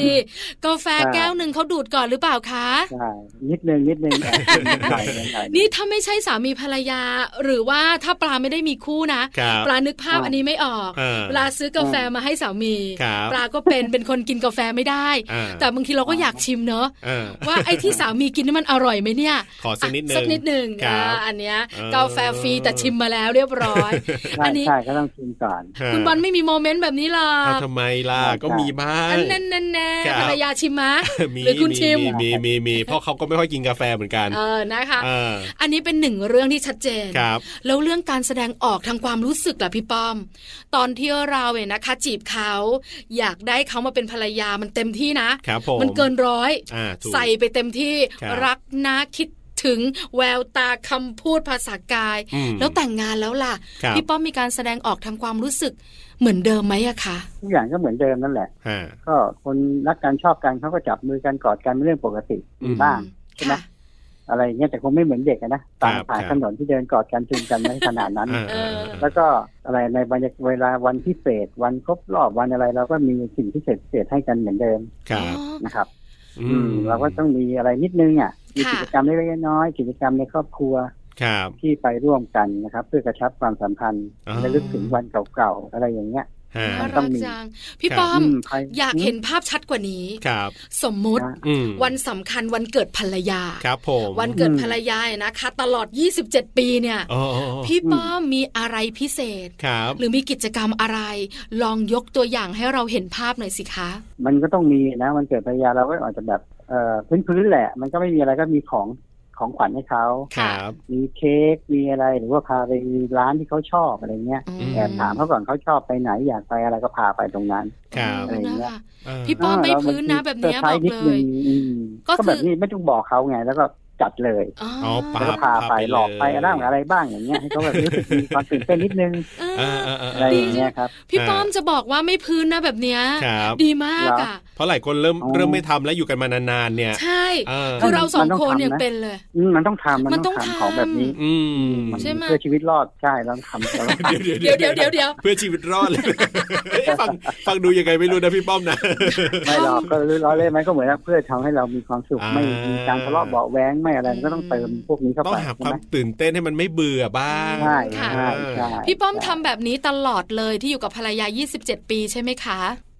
Speaker 1: กาแฟแก้วหนึ่งเขาดูดก่อนหรือเปล่าคะ
Speaker 5: ใช่นิดนึงนิดนึงแอบกินนิดหน่อยนิดหน่อย
Speaker 1: นี่ถ้าไม่ใช่สามีภรรยา หรือว่าถ้าปลาไม่ได้มีคู่นะ
Speaker 2: ครับ
Speaker 1: ปลานึกภาพอันนี้ไม่ออก
Speaker 2: เออ
Speaker 1: ปลาซื้อกาแฟมาให้สามี
Speaker 2: ครับ
Speaker 1: ปลาก็เป็น (laughs) เป็นคนกินกาแฟไม่ได้
Speaker 2: อ่า
Speaker 1: แต่บางทีเราก็อยากชิมเนอะ
Speaker 2: เออ
Speaker 1: ว่าไอ้ที่สามีกินนี่มันอร่อยไหมเนี่ย
Speaker 2: ขอสักนิดหนึง
Speaker 1: สักนิดหนึ่ง
Speaker 2: ครับ
Speaker 1: อ่าอันเนี้ย
Speaker 2: เออ
Speaker 1: กาแฟฟรีแต่ชิมมาแล้วเรียบร้อย
Speaker 5: ใช่
Speaker 1: อันนี้
Speaker 5: ใช่ก็ต้องชิมก่อน
Speaker 1: คุณบอลไม่มีโมเมนต์แบบนี้หรอ
Speaker 2: อ้าว
Speaker 1: ก
Speaker 2: ทำไมล่ะ
Speaker 5: ใช่
Speaker 2: ก็มีบ้าง
Speaker 1: อันแน่นแน่นแน่
Speaker 2: ครับ
Speaker 1: ภรรยาชิมมะ
Speaker 2: มี
Speaker 1: หรือคุณชิม
Speaker 2: มีมีมีมีเพราะเขาก็ไม่ค่อยกินกาแฟเหมือนกัน
Speaker 1: เออนะคะ
Speaker 2: เออ
Speaker 1: อันนี้เป็นหนึ่งเรื่องที่ชัดเจน
Speaker 2: ครับ
Speaker 1: แล้วเรื่องการแสดงออกทางความรู้สึกล่ะพี่ป้อม ตอนที่เราเนี่ยนะคะ จีบเขา อยากได้เขามาเป็นภรรยามันเต็มที่นะ
Speaker 2: ครับผม
Speaker 1: มันเกินร้อย
Speaker 2: อ่าถูก
Speaker 1: ใส่ไปเต็มที่
Speaker 2: ครับ
Speaker 1: รักนะคิดถึงแววตาคำพูดภาษากาย
Speaker 2: อืม
Speaker 1: แล้วแต่งงานแล้วล่ะ
Speaker 2: ครับ
Speaker 1: พี่ป้อมมีการแสดงออกทางความรู้สึกเหมือนเดิมไหมอะคะ
Speaker 5: ทุกอย่างก็เหมือนเดิมนั่นแหละ
Speaker 2: อ่า
Speaker 5: ก็คนรักกันชอบกันเขาก็จับมือกันกอดกันเป็นเรื่องปกติ
Speaker 2: อืม
Speaker 5: บ้าง ใช่ไหม
Speaker 1: ค่ะ
Speaker 5: อะไรอย่างเงี้ยแต่คงไม่เหมือนเด็กอะนะต่างผ่าน
Speaker 2: ครับ
Speaker 5: ถนนที่เดินกอดกันจูงกันไม่ขนาดนั้น
Speaker 2: อ่า
Speaker 1: เออ
Speaker 5: แล้วก็อะไรในบรรยากเวลาวันพิเศษ วันครบรอบวันอะไรเราก็มีสิ่งพิเศษพิเศษให้กันเหมือนเดิม
Speaker 2: ครับ
Speaker 1: อ๋อ
Speaker 5: นะครับ
Speaker 2: อื
Speaker 5: อืมเราก็ต้องมีอะไรนิดนึงอ่ะมี
Speaker 1: ค่ะ
Speaker 5: กิจกรรมเล็กๆน้อยๆกิจกรรมในครอบครัว
Speaker 2: ครับ
Speaker 5: ที่ไปร่วมกันนะครับ เพื่อกระชับความสัมพันธ์
Speaker 2: อ๋อ
Speaker 5: และลึกถึงวันเก่าๆอะไรอย่างเงี้ย
Speaker 2: ฮะ
Speaker 1: น่า
Speaker 5: ต้
Speaker 1: รั
Speaker 5: อง
Speaker 1: ก
Speaker 5: มี
Speaker 1: จังพี่
Speaker 2: ครับ
Speaker 1: ป้อม
Speaker 5: ใคร
Speaker 1: อยากเห็นภาพชัดกว่านี้
Speaker 2: ครับ
Speaker 1: สมมุติ
Speaker 5: นะ
Speaker 2: อืม
Speaker 1: วันสำคัญวันเกิดภรรยา
Speaker 2: ครับผม
Speaker 1: วันเกิด
Speaker 5: อืม
Speaker 1: ภรรยาเนี่ยนะคะ ตลอด 27 ปีเนี่ย
Speaker 2: อ๋ออ๋ออ๋อ
Speaker 1: พี่ป้อมมีอะไรพิเศษ
Speaker 2: ครับ
Speaker 1: หรือมีกิจกรรมอะไร ลองยกตัวอย่างให้เราเห็นภาพหน่อยสิคะ
Speaker 5: มันก็ต้องมีนะวันเกิดภรรยาเราก็อาจจะแบบเอ่อพื้นๆแหละ มันก็ไม่มีอะไรก็มีของของขวัญให้เขา
Speaker 2: ครับ
Speaker 5: มีเค้กมีอะไรหรือว่าพาไปร้านที่เขาชอบอะไรเงี้ย
Speaker 1: อืม
Speaker 5: แอบถามเขาก่อนเขาชอบไปไหนอยากไปอะไรก็พาไปตรงนั้น
Speaker 2: ครับ
Speaker 1: เออนะคะ
Speaker 2: เออ
Speaker 1: พี่ป้อมไม่
Speaker 5: เา
Speaker 1: พื้นนะแบบเนี้ย
Speaker 5: ซร์ไพรส์
Speaker 1: บอกเลย
Speaker 5: นิดนึงอืม
Speaker 1: ก็คือ
Speaker 5: ก็แบบนี้ไม่ต้องบอกเขาไง แล้วก็จัดเลย
Speaker 2: อ๋อปาว
Speaker 5: แล้ก็พาไปหลอกไปร่างอะไรบ้างอย่างเงี้ยให้เขาแบบรู้สึกมีความตื่นเต้นนิดนึง
Speaker 1: เออ
Speaker 2: เออเออเออ
Speaker 5: อะไรอย่างเงี้ยครับ
Speaker 1: พี่ป้อมจะบอกว่าไม่พื้นนะแบบเนี้ย
Speaker 2: ครับ
Speaker 1: ดีมากอ่ะ
Speaker 2: เพราะหลายคนเริ่ม
Speaker 5: อ๋อ
Speaker 2: เริ่มไม่ทำแล้วอยู่กันมานานๆเนี่ย
Speaker 1: ใช่
Speaker 2: เออ
Speaker 1: คือเราสอง
Speaker 5: มันต้อง
Speaker 1: คน
Speaker 5: ทำนะ
Speaker 1: ยังเป็นเลย
Speaker 5: อืมมันต้องทำ
Speaker 1: มั
Speaker 5: มัน น
Speaker 1: ต้
Speaker 5: ต้
Speaker 1: อ
Speaker 5: อง ง
Speaker 1: ทำ
Speaker 5: ทำของแบบนี้
Speaker 2: อืม
Speaker 1: ใช่ไหม
Speaker 5: เพื่อชีวิตรอดใช่เราต้องทำเราต้องท
Speaker 1: เดี๋ยวเดี๋ยวเดี๋ยวเดี๋ยว
Speaker 2: เพื่อชีวิตรอดเลยเอ้ยฟังฟังดูยังไงไม่รู้นะพี่ป้อมนะ
Speaker 5: ำไม่หรอกก็รู้ล้อเล่นไหมก็เหมือนว่าเพื่อทำให้เรามีความสุข
Speaker 2: อ่า
Speaker 5: ไม่มีการทะเลาะเบาะแว้งไม่อะไรมันก็ต้องเติมพวกนี้เข้า
Speaker 2: ต้อ
Speaker 5: ไป
Speaker 2: งหาควา
Speaker 5: ใช่
Speaker 2: ม
Speaker 5: ไหม
Speaker 2: ตื่นเต้นให้มันไม่เบื่อบ้าง
Speaker 5: ใช่
Speaker 1: ค่ะ
Speaker 5: ใช่ใช่
Speaker 1: พี่ป้อมทำแบบนี้ตลอดเลยที่อยู่กับภรรยา 27 ปีใช่ไหมคะ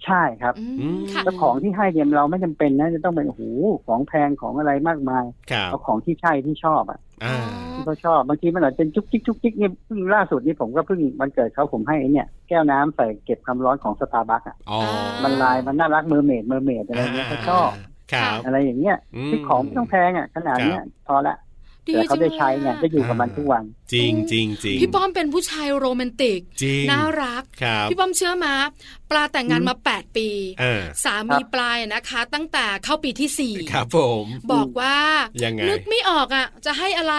Speaker 5: ใช่ครับ
Speaker 1: อื
Speaker 2: อื
Speaker 1: ม
Speaker 2: ม
Speaker 1: ค่ะ
Speaker 5: แล้วของที่ให้เนี่ยเราไม่จำเป็นนะจะต้องเป็นโอ้โหูของแพงของอะไรมากมาย
Speaker 2: ครับ
Speaker 5: เอาของที่ใช่ที่ชอบอ่ะ
Speaker 2: อ่า
Speaker 5: ที่เขาชอบบางทีมันอาจจะเป็นจุกจิกจุกจิกเนี่ยเพิ่งล่าสุดนี่ผมก็เพิ่งวันเกิดเขาผมให้ไอ้เนี่ย แก้วน้ำใส่เก็บความร้อนของสตาร์บัคอ่ะ
Speaker 2: อ๋อ
Speaker 5: มันลายมันน่ารักเมอร์เมดเมอร์เมดอะไรเงี้ยเขาชอบ
Speaker 2: ครับ
Speaker 5: อะไรอย่างเงี้ย
Speaker 2: อืม
Speaker 5: ที่ของไม่ต้องแพงอ่ะขนาดเนี้ยพอละ
Speaker 1: ดี
Speaker 5: แต่เขา
Speaker 1: จั
Speaker 5: ได้
Speaker 1: ง
Speaker 5: ใช้ไง
Speaker 1: เล
Speaker 5: ได้
Speaker 1: ย
Speaker 5: อยู่กับมันทุกวัน
Speaker 2: จริงจริงจริง
Speaker 1: พี่ป้อมเป็นผู้ชายโรแมนติก
Speaker 2: จริง
Speaker 1: น่ารัก
Speaker 2: ครับ
Speaker 1: พี่ป้อมเชื่อมาปลาแต่งงาน
Speaker 5: อืม
Speaker 1: มา 8 ปี
Speaker 2: อ่า
Speaker 1: สามีปลายนะคะ ตั้งแต่เข้าปีที่ 4
Speaker 2: ครับผม
Speaker 1: บอกว่า
Speaker 2: ยังไง
Speaker 1: นึกไม่ออกอ่ะ จะให้อะไร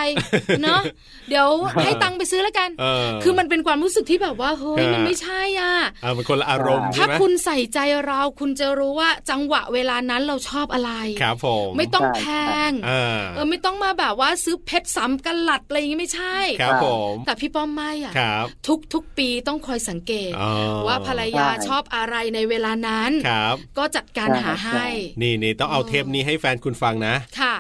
Speaker 2: (laughs)
Speaker 1: เนาะเดี๋ยวให้ตังค์ไปซื้อแล้วกัน
Speaker 2: เออ
Speaker 1: คือมันเป็นความรู้สึกที่แบบว่าเฮ้ย
Speaker 2: เออ
Speaker 1: มันไม่ใช่อ่ะ
Speaker 2: อ่ามันคนละอารมณ์
Speaker 1: ถ้า
Speaker 2: ใช่ไหม
Speaker 1: คุณใส่ใจเราคุณจะรู้ว่าจังหวะเวลานั้นเราชอบอะไร
Speaker 2: ครับผม
Speaker 1: ไม่ต้องแพ
Speaker 5: ใช่
Speaker 1: ง
Speaker 2: อ่า
Speaker 1: เออไม่ต้องมาแบบว่าซื้อเพชรสามกะลัดอะไรอย่างงี้ไม่ใช่
Speaker 2: ครับผม
Speaker 1: แต่พี่ป้อมไม่อ่ะ
Speaker 2: ครับ
Speaker 1: ทุกทุกปีต้องคอยสังเกต
Speaker 2: อ๋อ
Speaker 1: ว่าภรรยา
Speaker 5: ใช่
Speaker 1: ชอบอะไรในเวลานั้น
Speaker 2: ครับ
Speaker 1: ก็จัดการหาให้
Speaker 2: นี่นี่ต้องเอาเทปนี้ให้แฟนคุณฟังนะ
Speaker 1: ค่ะ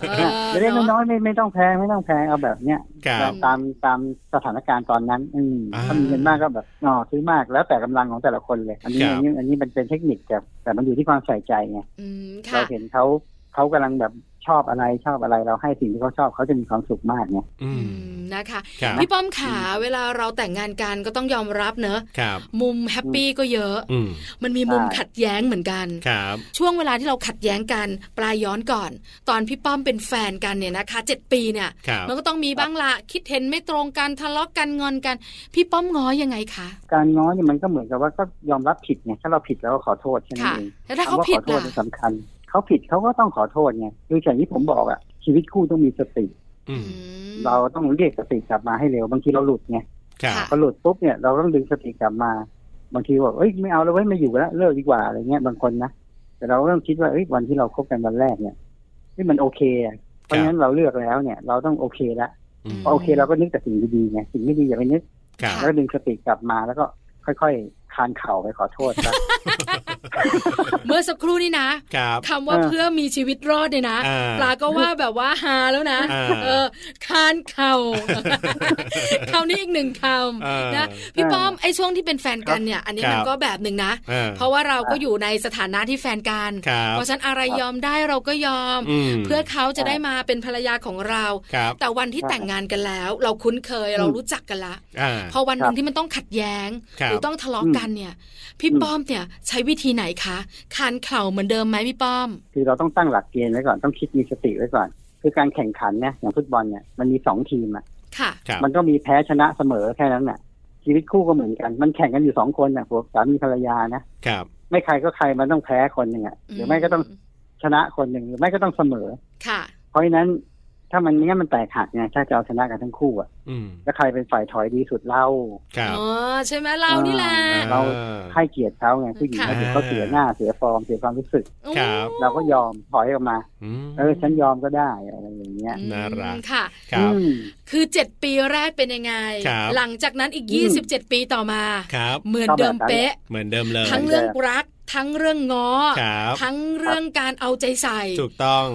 Speaker 1: เอ
Speaker 5: เนี่
Speaker 1: อ
Speaker 5: ยเล็กๆ
Speaker 1: เน
Speaker 5: น้
Speaker 1: อะ
Speaker 5: อยๆไม่ไม่ต้องแพงไม่ต้องแพงเอาแบบเนี้ย
Speaker 2: ครับ
Speaker 5: ตามตามสถานการณ์ตอนนั้น อืม
Speaker 2: อ่า
Speaker 5: ถ้ามีเงินมากก็แบบอ๋อซื้อมากแล้วแต่กำลังของแต่ละคนเลย อันนี้
Speaker 2: ครับ
Speaker 5: อันนี้อันนี้มันเป็นเทคนิคแต่แต่มันอยู่ที่ความใส่ใจไง
Speaker 1: อืม
Speaker 5: เรา
Speaker 1: ค่ะ
Speaker 5: เห็นเขาเขากำลังแบบชอบอะไรชอบอะไรเราให้สิ่งที่เขาชอบเขาจะมีความสุขมากเนี่ย
Speaker 2: อื
Speaker 1: อื
Speaker 2: ม
Speaker 1: มนะคะ
Speaker 2: ครับ
Speaker 1: พี่ป้อมขาเวลาเราแต่งงานกันก็ต้องยอมรับเนอะ
Speaker 2: ครับ
Speaker 1: มุมแฮปปี้ก็เยอะ
Speaker 2: อืม
Speaker 1: มันมีมุม
Speaker 5: ใช่
Speaker 1: ขัดแย้งเหมือนกัน
Speaker 2: ครับ
Speaker 1: ช่วงเวลาที่เราขัดแย้งกัน ปลายย้อนก่อน ตอนพี่ป้อมเป็นแฟนกันเนี่ยนะคะเจ็ดปีเนี่ย
Speaker 2: ครับ
Speaker 1: มันก็ต้องมีบ้างละคิดเห็นไม่ตรงกันทะเลาะกันงอนกัน พี่ป้อมง้อยังไงคะ
Speaker 5: การง้อเนี่ยมันก็เหมือนกับว่าก็ยอมรับผิดไงถ้าเราผิดแล้วก็ขอโทษแค่นั้
Speaker 1: ค่ะ
Speaker 5: นเอง
Speaker 1: แล้วถ้าเขาผิด
Speaker 5: คำว่ขอโทษ
Speaker 1: ล่ะ
Speaker 5: มันสำคัญ เขาผิดเขาก็ต้องขอโทษไงคืออย่างที่ผมบอกอะชีวิตคู่ต้องมีสติ
Speaker 2: อืม
Speaker 1: อืม
Speaker 5: เราต้องเรียกสติกลับมาให้เร็วบางทีเราหลุดไง
Speaker 2: ครับ
Speaker 5: พอหลุดปุ๊บเนี่ยเราต้องดึงสติกลับมา บางทีบอกเอ้ยไม่เอาแล้วเว้ยไม่อยู่แล้วเลิกดีกว่าอะไรเงี้ยบางคนนะแต่เราก็ต้องคิดว่าเอ้ยวันที่เราคบกันวันแรกเนี่ยนี่มันโอเคอะเพราะฉะนั้นเราเลือกแล้วเนี่ย เราต้องโอเคละ
Speaker 2: อืม
Speaker 5: พอโอเคเราก็นึกแต่สิ่งดีๆไงสิ่งไม่ดีอย่าไปนึก
Speaker 2: ครับ
Speaker 5: แล้วก็ดึงสติกลับมาแล้วก็ค่อยๆคานเข่าไปขอโทษซะ (laughs)
Speaker 1: เมื่อสักครู่นี่นะครับ คำว่า
Speaker 5: อ่า
Speaker 1: เพื่อมีชีวิตรอดเนี่ยนะ
Speaker 2: อ่า
Speaker 1: ปลาก็ว่าแบบว่าฮาแล้วนะ
Speaker 2: อ่า
Speaker 1: เออคานเข่า (laughs) คำนี้อีกหนึ่งค
Speaker 2: เออ
Speaker 1: ำนะพี่ป้อมไอ้ช่วงที่เป็นแฟนกันเนี่ย อันนี้มัน
Speaker 2: ครับ
Speaker 1: ก็แบบหนึ่งนะ
Speaker 2: อ่
Speaker 1: เพราะว่าเราก็อยู่ในสถานะที่แฟนกัน
Speaker 2: ครับ
Speaker 1: เพราะฉะนั้นอะไรยอมได้เราก็ยอม
Speaker 2: อืม
Speaker 1: เพื่อเขาจะได้มาเป็นภรรยาของเรา
Speaker 2: ครับ
Speaker 1: แต่วันที่
Speaker 5: ใช่
Speaker 1: แต่งงานกันแล้ว เราคุ้นเคย
Speaker 5: อืม
Speaker 1: เรารู้จักกันละ
Speaker 2: อ่า
Speaker 1: พอวันหนึ่
Speaker 5: ครั
Speaker 1: ง
Speaker 5: บ
Speaker 1: ที่มันต้องขัดแย้ง
Speaker 2: ครับ
Speaker 1: หรือต้องทะเลาะกันเนี่ยพี่
Speaker 5: อืม
Speaker 1: ป้อมเนี่ยใช้วิธีไหนคะคานเข่าเหมือนเดิมไหมพี่ป้อม
Speaker 5: คือเราต้องตั้งหลักเกณฑ์ไว้ก่อนต้องคิดมีสติไว้ก่อน คือการแข่งขันเนี่ยอย่างฟุตบอลเนี่ยมันมีสองทีมอ่ะ
Speaker 1: ค่ะ
Speaker 2: ครับ
Speaker 5: มันก็มีแพ้ชนะเสมอแค่นั้นน่ะ ชีวิตคู่ก็เหมือนกัน มันแข่งกันอยู่สองคนน่ะผัวสามีภรรยานะครับ ไม่ใครก็ใครมันต้องแพ้คนหนึ่งอ่ะหรือไม่ก็ต้องชนะคนหนึ่งหรือไม่ก็ต้องเสมอ
Speaker 1: ค่ะ
Speaker 5: เพราะฉะนั้นถ้ามันเนี้ยมันแตกหักไงถ้าจะเอาชนะกันทั้งคู่อ่ะ
Speaker 2: อืม
Speaker 5: แล้วใครเป็นฝ่ายถอยดีสุดเล่า
Speaker 2: ครับ
Speaker 1: อ๋อ ใช่ไหมเรานี่แหละ
Speaker 5: อ่
Speaker 2: อ่
Speaker 5: เรา ให้เกียรติเขาไงผู้หญิง
Speaker 1: ค่ะ
Speaker 5: เขาเดี๋ยวเขาเสียหน้าเสียฟอร์มเสียความรู้สึก
Speaker 2: ครับ
Speaker 5: เราก็ยอมถอยออกมา
Speaker 2: ม
Speaker 5: เออฉันยอมก็ได้อะไรอย่างเงี้ย
Speaker 1: อืม
Speaker 2: น่ารัก
Speaker 1: ค่ะ
Speaker 2: ครับ
Speaker 5: อืม
Speaker 1: คือ 7 ปีแรกเป็นยังไง
Speaker 2: ครับ
Speaker 1: หลังจากนั้นอีก
Speaker 5: อืม
Speaker 1: 27 ปีต่อมา
Speaker 2: ครับ
Speaker 1: เหมือนเดิมเป๊ะ
Speaker 2: เหมือนเดิมเลย
Speaker 1: ทั้งเรื่องรัก ทั้งเรื่องง้อ
Speaker 2: ครับ
Speaker 1: ทั้งเรื่องการเอาใจใส่
Speaker 2: ถูกต้อง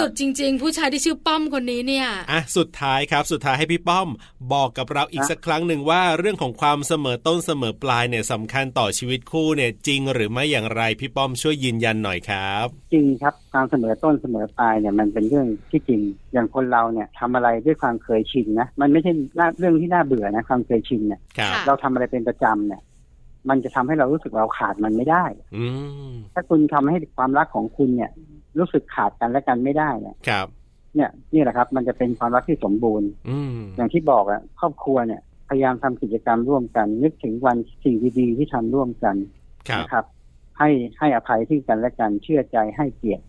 Speaker 1: สุดๆ จริง ๆ ผู้ชายที่ชื่อป้อมคนนี้เนี่ย
Speaker 2: อ่ะสุดท้ายครับสุดท้ายให้พี่ป้อม บอกกับเราอีก
Speaker 5: ครับ
Speaker 2: สักครั้งหนึ่งว่าเรื่องของความเสมอต้นเสมอปลายเนี่ยสำคัญต่อชีวิตคู่เนี่ยจริงหรือไม่อย่างไรพี่ป้อมช่วยยืนยันหน่อยครับ
Speaker 5: จริงครับความเสมอต้นเสมอปลายเนี่ยมันเป็นเรื่องที่จริง อย่างคนเราเนี่ยทำอะไรด้วยความเคยชินนะมันไม่ใช่น่าเรื่องที่น่าเบื่อนะความเคยชินเนี่ย
Speaker 2: ครับ
Speaker 1: ค่ะ
Speaker 5: เราทำอะไรเป็นประจำเนี่ย มันจะทำให้เรารู้สึกเราขาดมันไม่ได้
Speaker 2: อืม
Speaker 5: ถ้าคุณทำให้ความรักของคุณเนี่ย รู้สึกขาดกันและกันไม่ได้เนี่ย
Speaker 2: ครับ
Speaker 5: เนี่ยนี่แหละครับ มันจะเป็นความรักที่สมบูรณ์
Speaker 2: อืม
Speaker 5: อย่างที่บอกอะครอบครัวเนี่ยพยายามทำกิจกรรมร่วมกัน นึกถึงวันสิ่งดีๆที่ทำร่วมกัน
Speaker 2: ครับ
Speaker 5: นะครับ ให้ให้อภัยที่งกันและกันเชื่อใจให้เกียรติ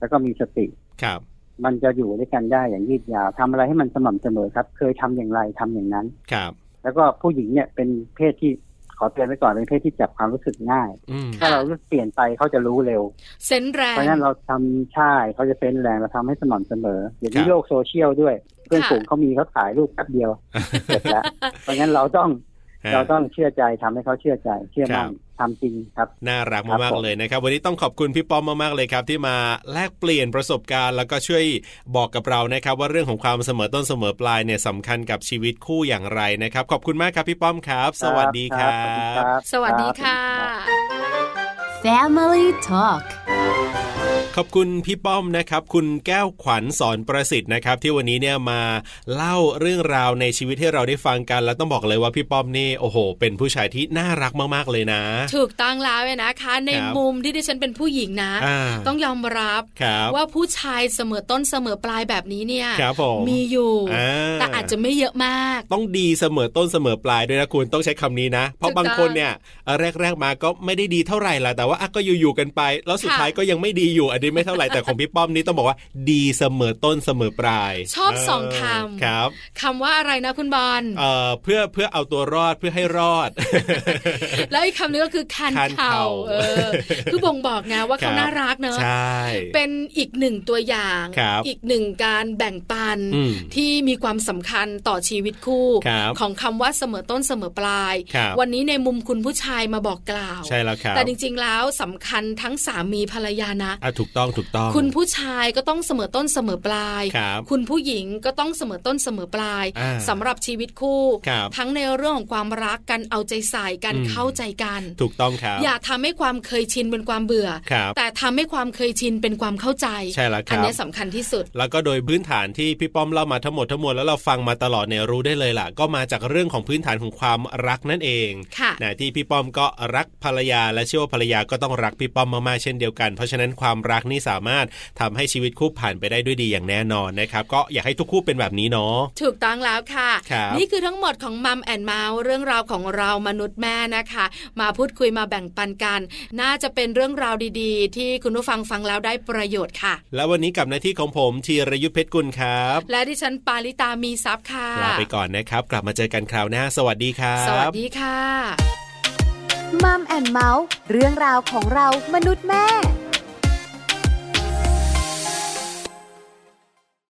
Speaker 5: แล้วก็มีสติ
Speaker 2: ครับ
Speaker 5: มันจะอยู่ด้วยกันได้อย่างยืดยาวทำอะไรให้มันสม่ำเสมอครับ เคยทำอย่างไรทำอย่างนั้น
Speaker 2: ครับ
Speaker 5: แล้วก็ผู้หญิงเนี่ยเป็นเพศที่ขอเตือนไว้ก่อนเป็นเพศที่จับความรู้สึกง่าย
Speaker 2: อืม
Speaker 5: ถ้าเรารู้สึกเปลี่ยนไปเขาจะรู้เร็ว
Speaker 1: เซนส์แรง
Speaker 5: เพราะฉะนั้นเราทำใช่เขาจะเป็นแรงเราทำให้สม่ำเสมออย่างนี้โลกโซเชียลด้วย เพื่อนฝูงเขามีเขาถ่ายรูปแป๊บเดียวเสร็จแล้ว เพราะฉะนั้นเราต้องเราต้องเชื่อใจทำให้เขาเชื่อใจ เชื่อมั่นทำจริงครับ
Speaker 2: น่ารัก
Speaker 5: ครั
Speaker 2: มาก
Speaker 5: บผ
Speaker 2: ๆ
Speaker 5: ม
Speaker 2: เลยนะครับ วันนี้ต้องขอบคุณพี่ป้อมมากๆเลยครับ ที่มาแลกเปลี่ยนประสบการณ์ แล้วก็ช่วยบอกกับเรานะครับ ว่าเรื่องของความเสมอต้นเสมอปลายเนี่ยสำคัญกับชีวิตคู่อย่างไรนะครับ ขอบคุณมากครับพี่ป้อมครับ สวัสดีครั
Speaker 5: ขอบคุณ
Speaker 2: บ
Speaker 5: ครับ
Speaker 1: สวัสดีค่ะ
Speaker 4: Family Talk
Speaker 2: ขอบคุณพี่ป้อมนะครับ คุณแก้วขวัญสอนประสิทธิ์นะครับ ที่วันนี้เนี่ยมาเล่าเรื่องราวในชีวิตให้เราได้ฟังกัน แล้วต้องบอกเลยว่าพี่ป้อมนี่โอ้โห เป็นผู้ชายที่น่ารักมากๆเลยนะ
Speaker 1: ถูกต้องแล้วเนี่ยนะคะ ใน
Speaker 2: ครับ
Speaker 1: มุมที่ดิฉันเป็นผู้หญิงนะ
Speaker 2: อ่า
Speaker 1: ต้องยอมรับ
Speaker 2: ครับ
Speaker 1: ว่าผู้ชายเสมอต้นเสมอปลายแบบนี้เนี่ย
Speaker 2: ครับผม
Speaker 1: อยู่
Speaker 2: อ่
Speaker 1: แต่อาจจะไม่เยอะมาก
Speaker 2: ต้องดีเสมอต้นเสมอปลายด้วยนะคุณต้องใช้คำนี้นะ เพราะ
Speaker 1: ถูกต้อง
Speaker 2: บางคนเนี่ยเอ่อแรก ๆ มาก็ไม่ได้ดีเท่าไหร่ละแต่ว่าอ่ะก็อยู่ๆกันไป แล้วสุด
Speaker 1: ค่ะ
Speaker 2: ท้ายก็ยังไม่ดีอยู่อันนี้ไม่เท่าไหร่แต่ของพี่ป้อมนี่ต้องบอกว่า ดีเสมอต้นเสมอปลาย
Speaker 1: ชอบ
Speaker 2: เ
Speaker 1: สองคำ
Speaker 2: ครับ
Speaker 1: คำว่าอะไรนะคุณบอล
Speaker 2: เอ่อเพื่อเพื่อเอาตัวรอดเพื่อให้รอด
Speaker 1: แล้วอีกคำนึงก็คือคัน
Speaker 2: คานเข่า
Speaker 1: เข่าเออ คือบ่งบอกไงว่า
Speaker 2: ครั
Speaker 1: เขา
Speaker 2: บ
Speaker 1: น่ารักเนอะ
Speaker 2: ใช่
Speaker 1: เป็นอีกหนึ่งตัวอย่าง
Speaker 2: ครับ
Speaker 1: อีกหนึ่งการแบ่งปัน
Speaker 2: อืม
Speaker 1: ที่มีความสำคัญต่อชีวิตคู่
Speaker 2: ครับ
Speaker 1: ของคำว่าเสมอต้นเสมอปลาย
Speaker 2: ครับ
Speaker 1: วันนี้ในมุมคุณผู้ชายมาบอกกล่าว
Speaker 2: ใช่แล้วครับ
Speaker 1: แต่จริงๆแล้วสำคัญทั้งสามีภรรยานะ
Speaker 2: อ่ะถูกต้องถูกต้อง
Speaker 1: คุณผู้ชายก็ต้องเสมอต้นเสมอปลาย
Speaker 2: ครับ
Speaker 1: ณผู้หญิงก็ต้องเสมอต้นเสมอปลาย
Speaker 2: อ่า
Speaker 1: สำหรับชีวิตคู่
Speaker 2: ครับ
Speaker 1: ทั้งในเรื่องของความรักกันเอาใจใส่กัน
Speaker 2: อืม
Speaker 1: เข้าใจกัน
Speaker 2: ถูกต้องครับ
Speaker 1: อย่าทำให้ความเคยชินเป็นความเบื่อ
Speaker 2: ครับ
Speaker 1: แต่ทำให้ความเคยชินเป็นความเข้าใจ
Speaker 2: ใช่แล้วครับ
Speaker 1: อันเนี้ยสำคัญที่สุด
Speaker 2: แล้วก็โดยพื้นฐานที่พี่ป้อมเล่ามาทั้งหมดทั้งมวลแล้วเราฟังมาตลอดเนี่ยรู้ได้เลยล่ะ ก็มาจากเรื่องของพื้นฐานของความรักนั่นเอง
Speaker 1: ค่ะ
Speaker 2: นะที่พี่ป้อมก็รักภรรยาและเชื่อว่าภรรยาก็ต้องรักพี่ป้อมมากๆเช่นเดียวกัน เพราะฉะนั้นความรัก รักนี่สามารถทำให้ชีวิตคู่ผ่านไปได้ด้วยดีอย่างแน่นอนนะครับ ก็อยากให้ทุกคู่เป็นแบบนี้เนาะ
Speaker 1: ถูกต้องแล้วค่ะ
Speaker 2: ครับ
Speaker 1: นี่คือทั้งหมดของมัมแอนเมาส์เรื่องราวของเรามนุษย์แม่นะคะ มาพูดคุยมาแบ่งปันกัน น่าจะเป็นเรื่องราวดีๆ ที่คุณผู้ฟังฟังแล้วได้ประโยชน์ค่ะ
Speaker 2: และวันนี้กับหน้าที่ของผมธีรยุทธเพชรกุลครับ
Speaker 1: และดิฉันปาริตามีซับค่ะ
Speaker 2: ลาไปก่อนนะครับ กลับมาเจอกันคราวหน้า สวัสดีครับ
Speaker 1: สวัสดีค่ะ
Speaker 4: มัมแอนเมาส์เรื่องราวของเรามนุษย์แม่